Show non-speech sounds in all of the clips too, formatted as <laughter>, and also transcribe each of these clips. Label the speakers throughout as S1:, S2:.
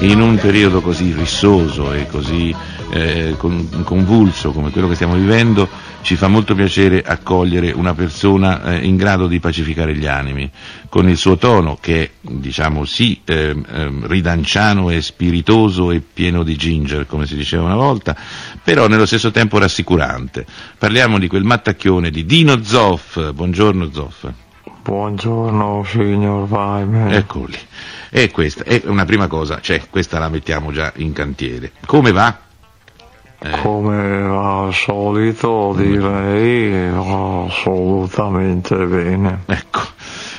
S1: In un periodo così rissoso e così eh, con- convulso come quello che stiamo vivendo, ci fa molto piacere accogliere una persona eh, in grado di pacificare gli animi, con il suo tono che è, diciamo sì, ehm, ehm, ridanciano e spiritoso e pieno di ginger, come si diceva una volta, però nello stesso tempo rassicurante. Parliamo di quel mattacchione di Dino Zoff. Buongiorno Zoff.
S2: Buongiorno signor Weimer.
S1: Ecco lì. E questa è una prima cosa, cioè questa la mettiamo già in cantiere. Come va? eh.
S2: Come al solito direi assolutamente bene.
S1: Ecco.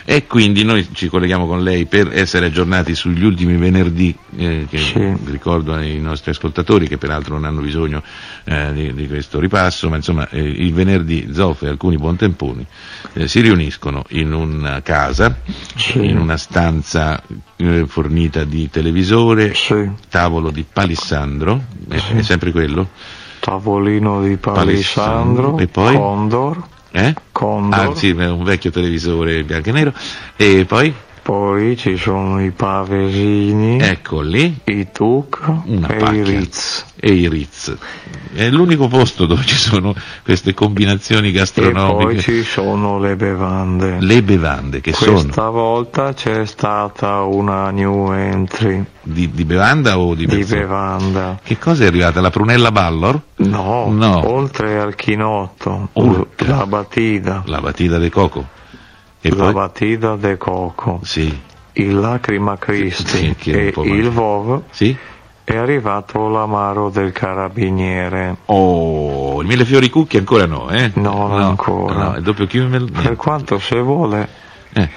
S1: E quindi noi ci colleghiamo con lei per essere aggiornati sugli ultimi venerdì, eh, che
S2: Sì.
S1: ricordo ai nostri ascoltatori che peraltro non hanno bisogno eh, di, di questo ripasso, ma insomma eh, il venerdì Zoff e alcuni buontemponi eh, si riuniscono in una casa,
S2: Sì.
S1: in una stanza eh, fornita di televisore,
S2: Eh Sì,
S1: tavolo di palissandro, è, è sempre quello?
S2: tavolino di
S1: Palissandro.
S2: palissandro,
S1: E poi?
S2: condor,
S1: Eh?
S2: Condor.
S1: Ah sì, è un vecchio televisore bianco e nero. E poi,
S2: poi ci sono i pavesini,
S1: ecco lì,
S2: i tuc
S1: una
S2: e
S1: pacchia.
S2: i ritz.
S1: E i Ritz. È l'unico posto dove ci sono queste combinazioni
S2: E poi
S1: gastronomiche.
S2: ci sono le bevande.
S1: Le bevande, che sono
S2: Questa volta c'è stata una new entry
S1: di, di bevanda o di,
S2: di
S1: persone?
S2: bevanda.
S1: Che cosa è arrivata? La prunella Ballor?
S2: No,
S1: No.
S2: oltre al chinotto,
S1: Urca.
S2: la batida,
S1: La batida de coco. E
S2: la
S1: poi?
S2: batida de coco,
S1: Sì,
S2: il lacrima Cristi
S1: Sì, che è un
S2: e
S1: po'
S2: il
S1: male.
S2: Vov
S1: sì.
S2: è arrivato l'amaro del carabiniere.
S1: Oh, il mille fiori cucchi ancora no, eh?
S2: No, non ancora.
S1: No, il doppio Kimmel?
S2: Per quanto se vuole
S1: Eh.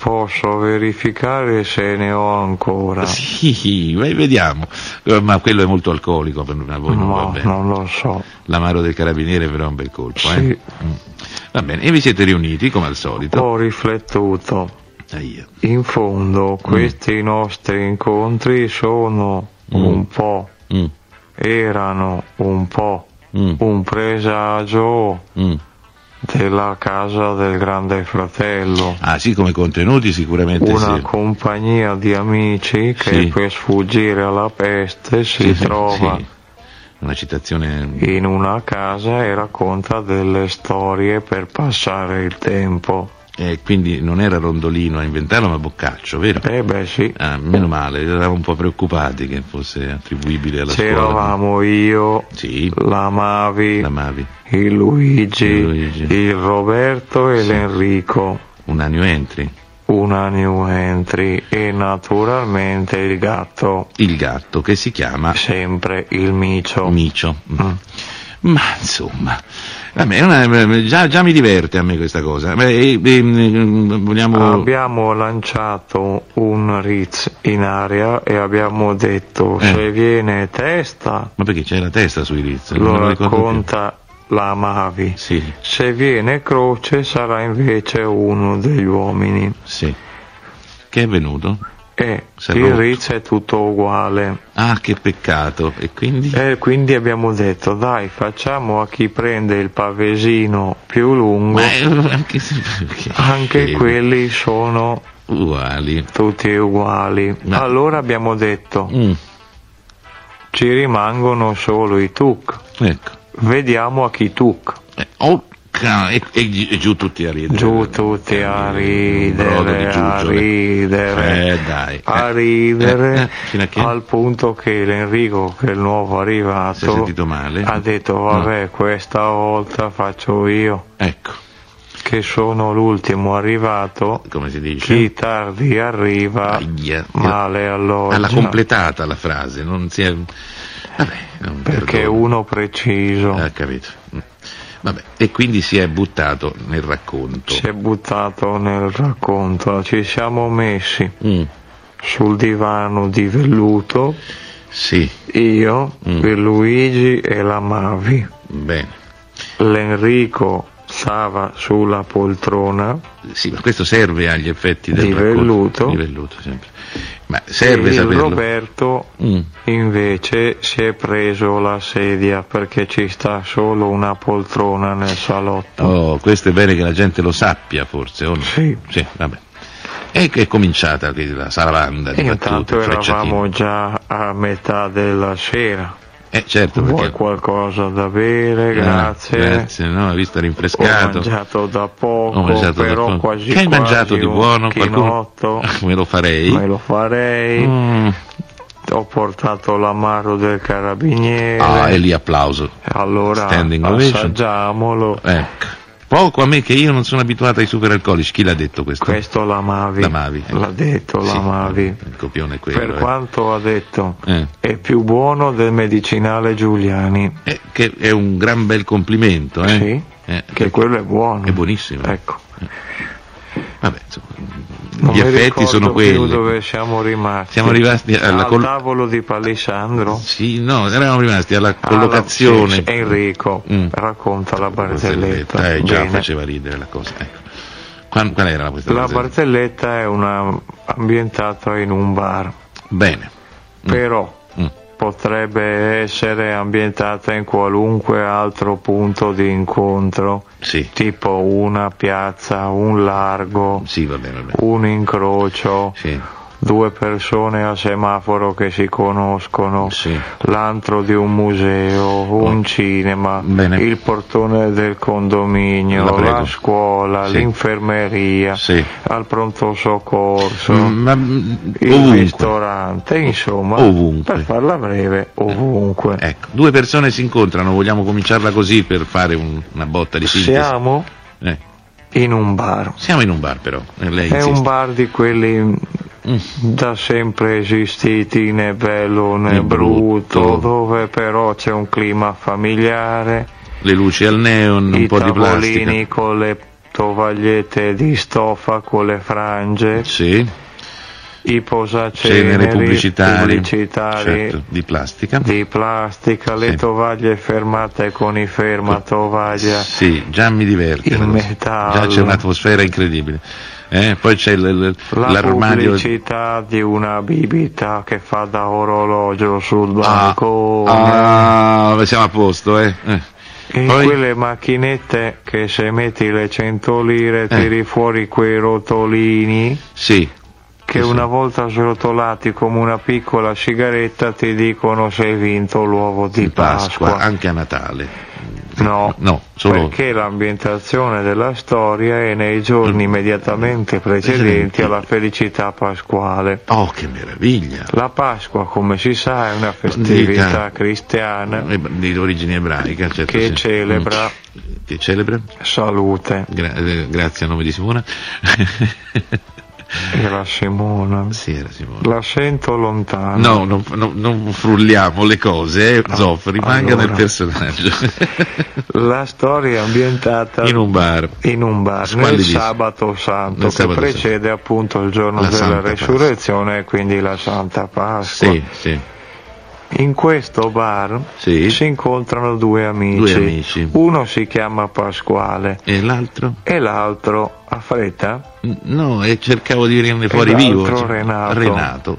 S2: posso verificare se ne ho ancora,
S1: Sì, beh, vediamo. Eh, Ma quello è molto alcolico per una voi non va
S2: ma
S1: bene.
S2: non lo so.
S1: L'amaro del carabiniere però è un bel colpo, eh?
S2: Sì. Oh.
S1: Mm. Va bene, e vi siete riuniti come al solito. Ah,
S2: Ho riflettuto.
S1: Ahia.
S2: In
S1: Mm.
S2: fondo questi nostri incontri sono un po',
S1: Mm,
S2: erano un po'
S1: mm,
S2: un presagio
S1: mm.
S2: della casa del grande fratello.
S1: Ah sì, come contenuti sicuramente
S2: Una
S1: sì.
S2: compagnia di amici che
S1: Sì.
S2: per sfuggire alla peste si
S1: Sì,
S2: trova
S1: sì. Una citazione...
S2: in una casa e racconta delle storie per passare il tempo.
S1: eh, quindi non era Rondolino a inventarlo, ma Boccaccio, vero?
S2: E Eh beh sì,
S1: Ah, meno male, eravamo un po' preoccupati che fosse attribuibile alla scuola.
S2: c'eravamo io,
S1: Sì,
S2: la Mavi,
S1: la Mavi.
S2: il Luigi,
S1: Il
S2: il,
S1: Luigi.
S2: Roberto e l'Enrico,
S1: Una new entry.
S2: una new entry e naturalmente il gatto,
S1: Il gatto che si chiama
S2: sempre il micio. Mm.
S1: Micio. Ma insomma, vabbè, è una- già, già mi diverte a me questa cosa. Beh, e- e, mm, vogliamo...
S2: Abbiamo lanciato un Ritz in aria e abbiamo detto
S1: Eh.
S2: se viene testa
S1: Ma perché c'è la testa sui Ritz? non
S2: lo
S1: me ricordo più.
S2: racconta la Mavi,
S1: Sì,
S2: se viene croce sarà invece uno degli uomini
S1: sì. Che è venuto?
S2: e
S1: Si è
S2: il
S1: rotto.
S2: Ritz è tutto uguale.
S1: Ah, che peccato. E quindi?
S2: E quindi abbiamo detto, dai, facciamo a chi prende il pavesino più lungo,
S1: Ma eh, anche, se- perché-
S2: anche
S1: eh,
S2: quelli sono
S1: Uguali.
S2: tutti uguali.
S1: Ma-
S2: Allora abbiamo detto,
S1: Mm,
S2: ci rimangono solo i tuc,
S1: ecco.
S2: vediamo a chi tuc.
S1: Eh, oh, ca- e, e gi- e giù tutti a ridere.
S2: Giù tutti a
S1: Un brodo eh, di
S2: ridere, a
S1: giuggiole.
S2: ridere,
S1: Eh, dai.
S2: a
S1: Eh,
S2: ridere,
S1: eh, eh, <laughs> fino a che?
S2: al punto che l'Enrico, che è il nuovo
S1: Si è
S2: arrivato,
S1: sentito male?
S2: ha detto, vabbè, questa volta faccio io.
S1: Ecco,
S2: che sono l'ultimo arrivato,
S1: come si dice?
S2: chi tardi arriva,
S1: Aia.
S2: male allora.
S1: Alla completata la frase, non si è... Vabbè, non
S2: Perché
S1: perdono.
S2: uno preciso
S1: Ah, capito. Mm. Vabbè, e quindi si è buttato nel racconto.
S2: si è buttato nel racconto, ci siamo messi
S1: Mm.
S2: sul divano di velluto
S1: Sì,
S2: io,
S1: Mm.
S2: il Luigi e la Mavi.
S1: bene.
S2: L'Enrico stava sulla poltrona,
S1: Sì, ma questo serve agli effetti del
S2: Di
S1: racconto.
S2: velluto.
S1: Di velluto, sempre. Ma serve
S2: il
S1: saperlo.
S2: Roberto
S1: Mm.
S2: invece si è preso la sedia perché ci sta solo una poltrona nel salotto.
S1: Oh, questo è bene che la gente lo sappia, forse, o no?
S2: Sì.
S1: vabbè. E che è cominciata qui la salavanda Eh, di battute, cioè,
S2: Intanto eravamo
S1: frecciatine.
S2: già a metà della sera.
S1: Eh, certo,
S2: Vuoi
S1: perché...
S2: qualcosa da bere?
S1: Ah,
S2: Grazie.
S1: grazie, no, hai visto
S2: Ho
S1: rinfrescato.
S2: mangiato da poco,
S1: Ho mangiato da
S2: però
S1: poco.
S2: quasi
S1: Che hai
S2: quasi
S1: mangiato di
S2: un
S1: buono?
S2: Chinotto,
S1: <laughs>
S2: <laughs>
S1: Me lo farei.
S2: me lo farei.
S1: Mm.
S2: Ho portato l'amaro del carabiniere.
S1: Ah, e lì applauso.
S2: allora
S1: standing ovation.
S2: assaggiamolo.
S1: Ecco. Poco a me che io non sono abituato ai superalcolici. Chi l'ha detto questo?
S2: Questo la Mavi.
S1: ecco. La Mavi. eh.
S2: L'ha detto la
S1: Sì,
S2: Mavi.
S1: Il copione è quello.
S2: Per
S1: eh.
S2: quanto ha detto,
S1: Eh.
S2: è più buono del medicinale Giuliani.
S1: Eh, che è un gran bel complimento, eh?
S2: Sì,
S1: Eh,
S2: che quello è buono.
S1: è buonissimo.
S2: Ecco.
S1: Vabbè, insomma,
S2: Non
S1: gli
S2: mi
S1: effetti
S2: ricordo
S1: sono
S2: più
S1: quelli.
S2: dove siamo rimasti.
S1: Siamo rimasti alla
S2: al
S1: col-
S2: tavolo di Palissandro.
S1: Sì, no, eravamo rimasti alla
S2: Alla-
S1: collocazione.
S2: Ah, sì, sì, Enrico
S1: Mm.
S2: racconta la barzelletta.
S1: Eh, già
S2: Bene.
S1: faceva ridere la cosa. Ecco. Quan- qual era questa
S2: La
S1: barzelletta?
S2: barzelletta è una ambientata in un bar,
S1: Mm. Bene.
S2: però
S1: Mm.
S2: potrebbe essere ambientata in qualunque altro punto di incontro,
S1: Sì.
S2: tipo una piazza, un largo,
S1: Sì, va bene, va bene.
S2: un incrocio.
S1: Sì.
S2: Due persone a semaforo che si conoscono,
S1: Sì.
S2: l'antro di un museo, un
S1: Oh.
S2: cinema,
S1: Bene.
S2: il portone del
S1: La
S2: condominio, la,
S1: prego.
S2: scuola,
S1: Sì.
S2: l'infermeria,
S1: Sì.
S2: al pronto soccorso,
S1: Mm, Ma, mm,
S2: il
S1: ovunque.
S2: ristorante, insomma,
S1: Ovunque.
S2: per farla breve, ovunque.
S1: Ecco, due persone si incontrano, vogliamo cominciarla così per fare un- una botta di sintesi?
S2: Siamo
S1: Eh,
S2: in un bar.
S1: siamo in un bar però, eh, lei
S2: È
S1: insiste.
S2: un bar di quelli
S1: Mm.
S2: da sempre esistiti né bello né
S1: Né
S2: brutto,
S1: brutto.
S2: dove però c'è un clima familiare,
S1: Le luci al neon, un
S2: i
S1: po' di plastica.
S2: tavolini con le tovagliette di stoffa con le frange,
S1: Sì,
S2: i
S1: cenere
S2: posaceneri
S1: pubblicitari,
S2: pubblicitari
S1: certo, di plastica.
S2: di plastica, le
S1: Sì.
S2: tovaglie fermate con i fermatovaglia.
S1: Sì, già mi diverte.
S2: In
S1: non so.
S2: metallo.
S1: Già c'è un'atmosfera incredibile. Eh, poi c'è l- l-
S2: La
S1: l'armadio.
S2: pubblicità di una bibita che fa da orologio sul
S1: Ah,
S2: balcone.
S1: ah, siamo a posto, eh. eh.
S2: E
S1: Poi-
S2: Mm. quelle macchinette che se metti le 100
S1: Eh.
S2: lire tiri fuori quei rotolini
S1: Sì,
S2: che
S1: Sì, sì.
S2: una volta srotolati come una piccola sigaretta ti dicono se hai vinto l'uovo di,
S1: di Pasqua,
S2: Pasqua.
S1: anche a Natale.
S2: No,
S1: No, solo-
S2: perché l'ambientazione della storia è nei
S1: Mm.
S2: giorni immediatamente precedenti alla felicità pasquale.
S1: Oh, che meraviglia!
S2: La Pasqua, come si sa, è una festività
S1: Dica.
S2: cristiana
S1: Eh, Di origine ebraica, certo.
S2: Che
S1: sì.
S2: celebra-
S1: Mm. Che celebra?
S2: salute.
S1: Gra- eh, grazie a nome di
S2: <laughs>
S1: Simona.
S2: E la Simona.
S1: sì, era Simona.
S2: La sento lontana.
S1: No, non, non- non frulliamo le cose, eh, Zoff, rimanga
S2: Ah, allora.
S1: nel personaggio.
S2: <laughs> La storia è ambientata
S1: in un bar.
S2: in un bar nel
S1: Squallidissimo.
S2: sabato santo
S1: Nel
S2: che
S1: sabato
S2: precede appunto il giorno
S1: La
S2: della
S1: Santa
S2: resurrezione e quindi la Santa Pasqua.
S1: Sì, sì.
S2: In questo bar
S1: Sì.
S2: si incontrano due amici.
S1: Due amici.
S2: Uno si chiama Pasquale
S1: E l'altro?
S2: e l'altro ha fretta.
S1: N- No, e cercavo di venirne fuori
S2: l'altro
S1: vivo. insomma.
S2: Renato.
S1: Renato.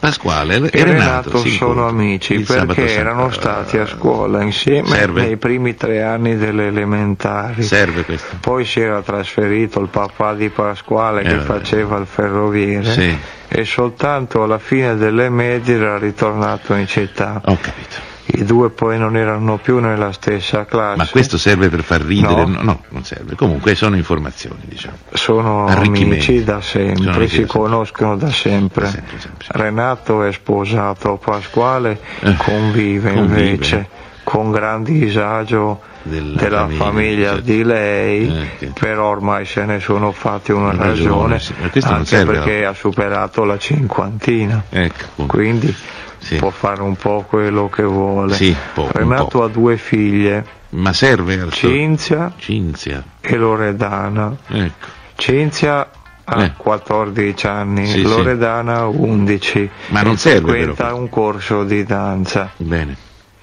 S1: Pasquale e
S2: E Renato,
S1: si
S2: sono
S1: incontrano.
S2: amici
S1: Il sabato eh,
S2: perché
S1: santo.
S2: erano stati a scuola insieme
S1: Serve?
S2: nei primi tre anni delle elementari.
S1: Serve questo.
S2: Poi si era trasferito il papà di Pasquale
S1: Eh,
S2: che
S1: vabbè.
S2: faceva il ferroviere
S1: Sì.
S2: e soltanto alla fine delle medie era ritornato in città.
S1: Ho capito.
S2: I due poi non erano più nella stessa classe.
S1: Ma questo serve per far ridere?
S2: Ah, No.
S1: No, no, non serve. Comunque sono informazioni, diciamo.
S2: sono
S1: Arricchimento.
S2: amici da sempre,
S1: Sono amici
S2: si
S1: da sempre.
S2: conoscono da sempre.
S1: Da sempre, sempre, sempre.
S2: Renato è sposato, Pasquale
S1: Eh,
S2: convive,
S1: convive.
S2: invece con gran disagio
S1: Della
S2: della famiglia,
S1: famiglia, certo.
S2: di lei,
S1: Eh, che-
S2: però ormai se ne sono fatti una
S1: Una
S2: ragione,
S1: ragione, sì. Ma questo non
S2: anche
S1: serve,
S2: perché ha superato la cinquantina.
S1: Ecco. appunto.
S2: Quindi
S1: Sì.
S2: può fare un po' quello che vuole.
S1: Sì, può, un
S2: Renato
S1: po'.
S2: ha due figlie,
S1: Ma serve al
S2: Cinzia
S1: Cinzia.
S2: e Loredana.
S1: Ecco.
S2: Cinzia ha
S1: Eh.
S2: 14 anni,
S1: Sì, Eh, sì.
S2: Loredana ha 11
S1: Ma non
S2: e
S1: serve
S2: frequenta
S1: però.
S2: un corso di danza.
S1: Bene.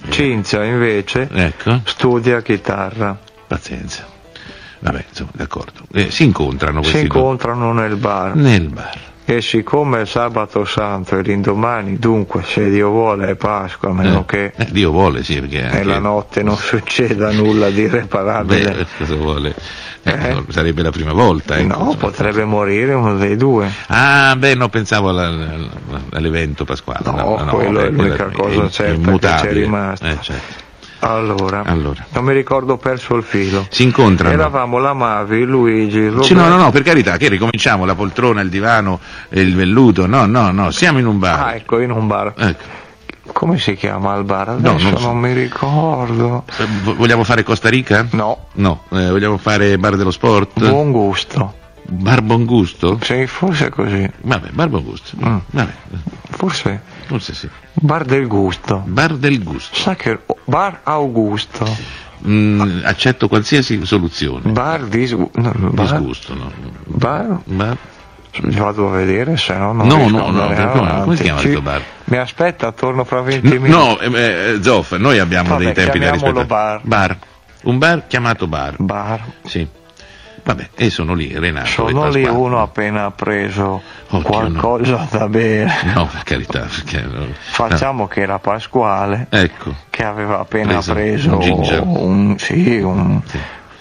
S1: Eh.
S2: Cinzia invece
S1: Ecco.
S2: studia
S1: Ah,
S2: chitarra.
S1: Pazienza. Vabbè, insomma, d'accordo. Eh, si incontrano
S2: Si
S1: questi
S2: incontrano nel bar
S1: due. Nel bar.
S2: e siccome è sabato santo e l'indomani, dunque se Dio vuole è Pasqua, a meno
S1: Eh,
S2: che
S1: eh, Dio vuole, sì, perché anche...
S2: nella notte non succeda nulla di irreparabile.
S1: Beh, <laughs> cosa vuole? Eh,
S2: Eh?
S1: no, Sarebbe la prima volta. ecco,
S2: No,
S1: insomma.
S2: potrebbe morire uno dei due.
S1: Ah, beh, no, pensavo alla- alla- all'evento pasquale.
S2: No, quello
S1: beh,
S2: è l'unica
S1: quella
S2: cosa
S1: im-
S2: certa che
S1: immutabile.
S2: c'è rimasta.
S1: Eh, certo.
S2: Allora,
S1: Allora.
S2: non mi ricordo, ho perso il filo.
S1: Si incontrano.
S2: Eravamo la Mavi, Luigi, Roberto.
S1: Sì, no, no, no, per carità, che ricominciamo la poltrona, il divano, e il velluto. No, no, no, siamo in un
S2: Ah,
S1: bar.
S2: ecco, in un bar.
S1: Ecco.
S2: Come si chiama il bar?
S1: No,
S2: Adesso
S1: non
S2: non,
S1: so.
S2: mi ricordo.
S1: Eh, vo- Vogliamo fare Costa Rica?
S2: No,
S1: No, eh, vogliamo fare bar dello sport?
S2: buon gusto.
S1: Bar buon gusto?
S2: Sì, forse è così.
S1: Vabbè, bar buon gusto.
S2: Mm.
S1: Vabbè,
S2: Forse
S1: forse sì.
S2: bar del gusto.
S1: Bar del gusto.
S2: Sa che oh, bar Augusto,
S1: Mm, accetto qualsiasi soluzione.
S2: bar disgu- no, bar-
S1: Disgusto, no?
S2: Bar?
S1: Bar?
S2: Vado a vedere, se no non
S1: No,
S2: riesco
S1: no,
S2: a
S1: no,
S2: andare
S1: per- come-
S2: avanti.
S1: come si chiama
S2: Ci-
S1: questo bar?
S2: Mi aspetta, torno fra 20 minuti.
S1: No, eh, eh, Zoff, noi abbiamo
S2: Vabbè,
S1: dei tempi da
S2: chiamiamolo
S1: rispettare.
S2: bar.
S1: Un bar chiamato bar.
S2: Bar.
S1: Sì. Vabbè, e sono lì, Renato. e
S2: Sono lì
S1: Pasquale.
S2: uno appena preso
S1: Oddio, Eh.
S2: qualcosa da bere.
S1: No, per carità, perché... no.
S2: Facciamo che era Pasquale
S1: Ah, ecco.
S2: che aveva appena
S1: Preso
S2: preso
S1: un ginger.
S2: un, sì, un,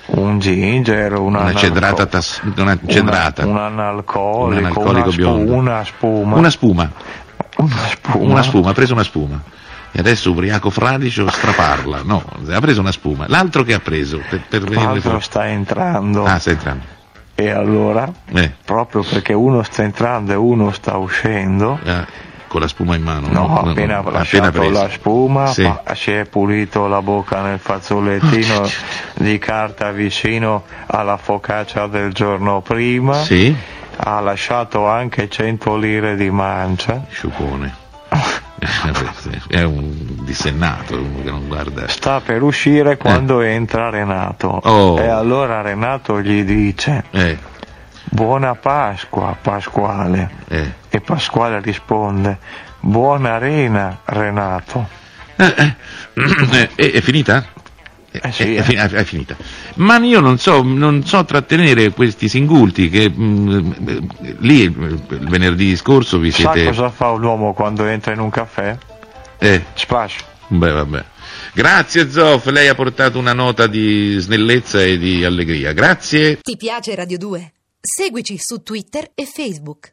S2: un ginger, una,
S1: Una cedrata... tas- una cedrata.
S2: un analcolico,
S1: Un analcolico
S2: una, spu-
S1: biondo.
S2: una spuma,
S1: Una spuma.
S2: una spuma.
S1: Una spuma, ha preso una spuma. E adesso ubriaco fradicio straparla. No, ha preso una spuma. L'altro che ha preso per, per venire
S2: L'altro
S1: fuori.
S2: sta entrando
S1: Ah, sta entrando.
S2: e allora,
S1: Eh,
S2: proprio perché uno sta entrando e uno sta uscendo,
S1: ah, con la spuma in mano.
S2: No, appena ha lasciato
S1: preso.
S2: la spuma,
S1: Sì.
S2: fa- si è pulito la bocca nel
S1: Oh,
S2: fazzolettino di carta vicino alla focaccia del giorno prima,
S1: Sì,
S2: ha lasciato anche 100 lire di mancia, <laughs>
S1: sciupone. Eh, sì, È un dissennato, uno che non guarda.
S2: sta per uscire quando entra Renato.
S1: Oh.
S2: E allora Renato gli dice
S1: Eh,
S2: Buona Pasqua Pasquale.
S1: eh.
S2: E Pasquale risponde Buona Rena Renato.
S1: Eh, eh, <clears throat> eh, eh, è finita? Eh,
S2: Eh sì,
S1: è,
S2: eh.
S1: fi- è finita. Ma io non so, non so trattenere questi singulti che mm, eh, lì eh, il venerdì scorso vi
S2: Sa
S1: siete...
S2: cosa fa un uomo quando entra in un caffè?
S1: Eh,
S2: Splash.
S1: beh, vabbè. Grazie Zoff, lei ha portato una nota di snellezza e di allegria. Grazie.
S3: Ti piace Radio 2? Seguici su Twitter e Facebook.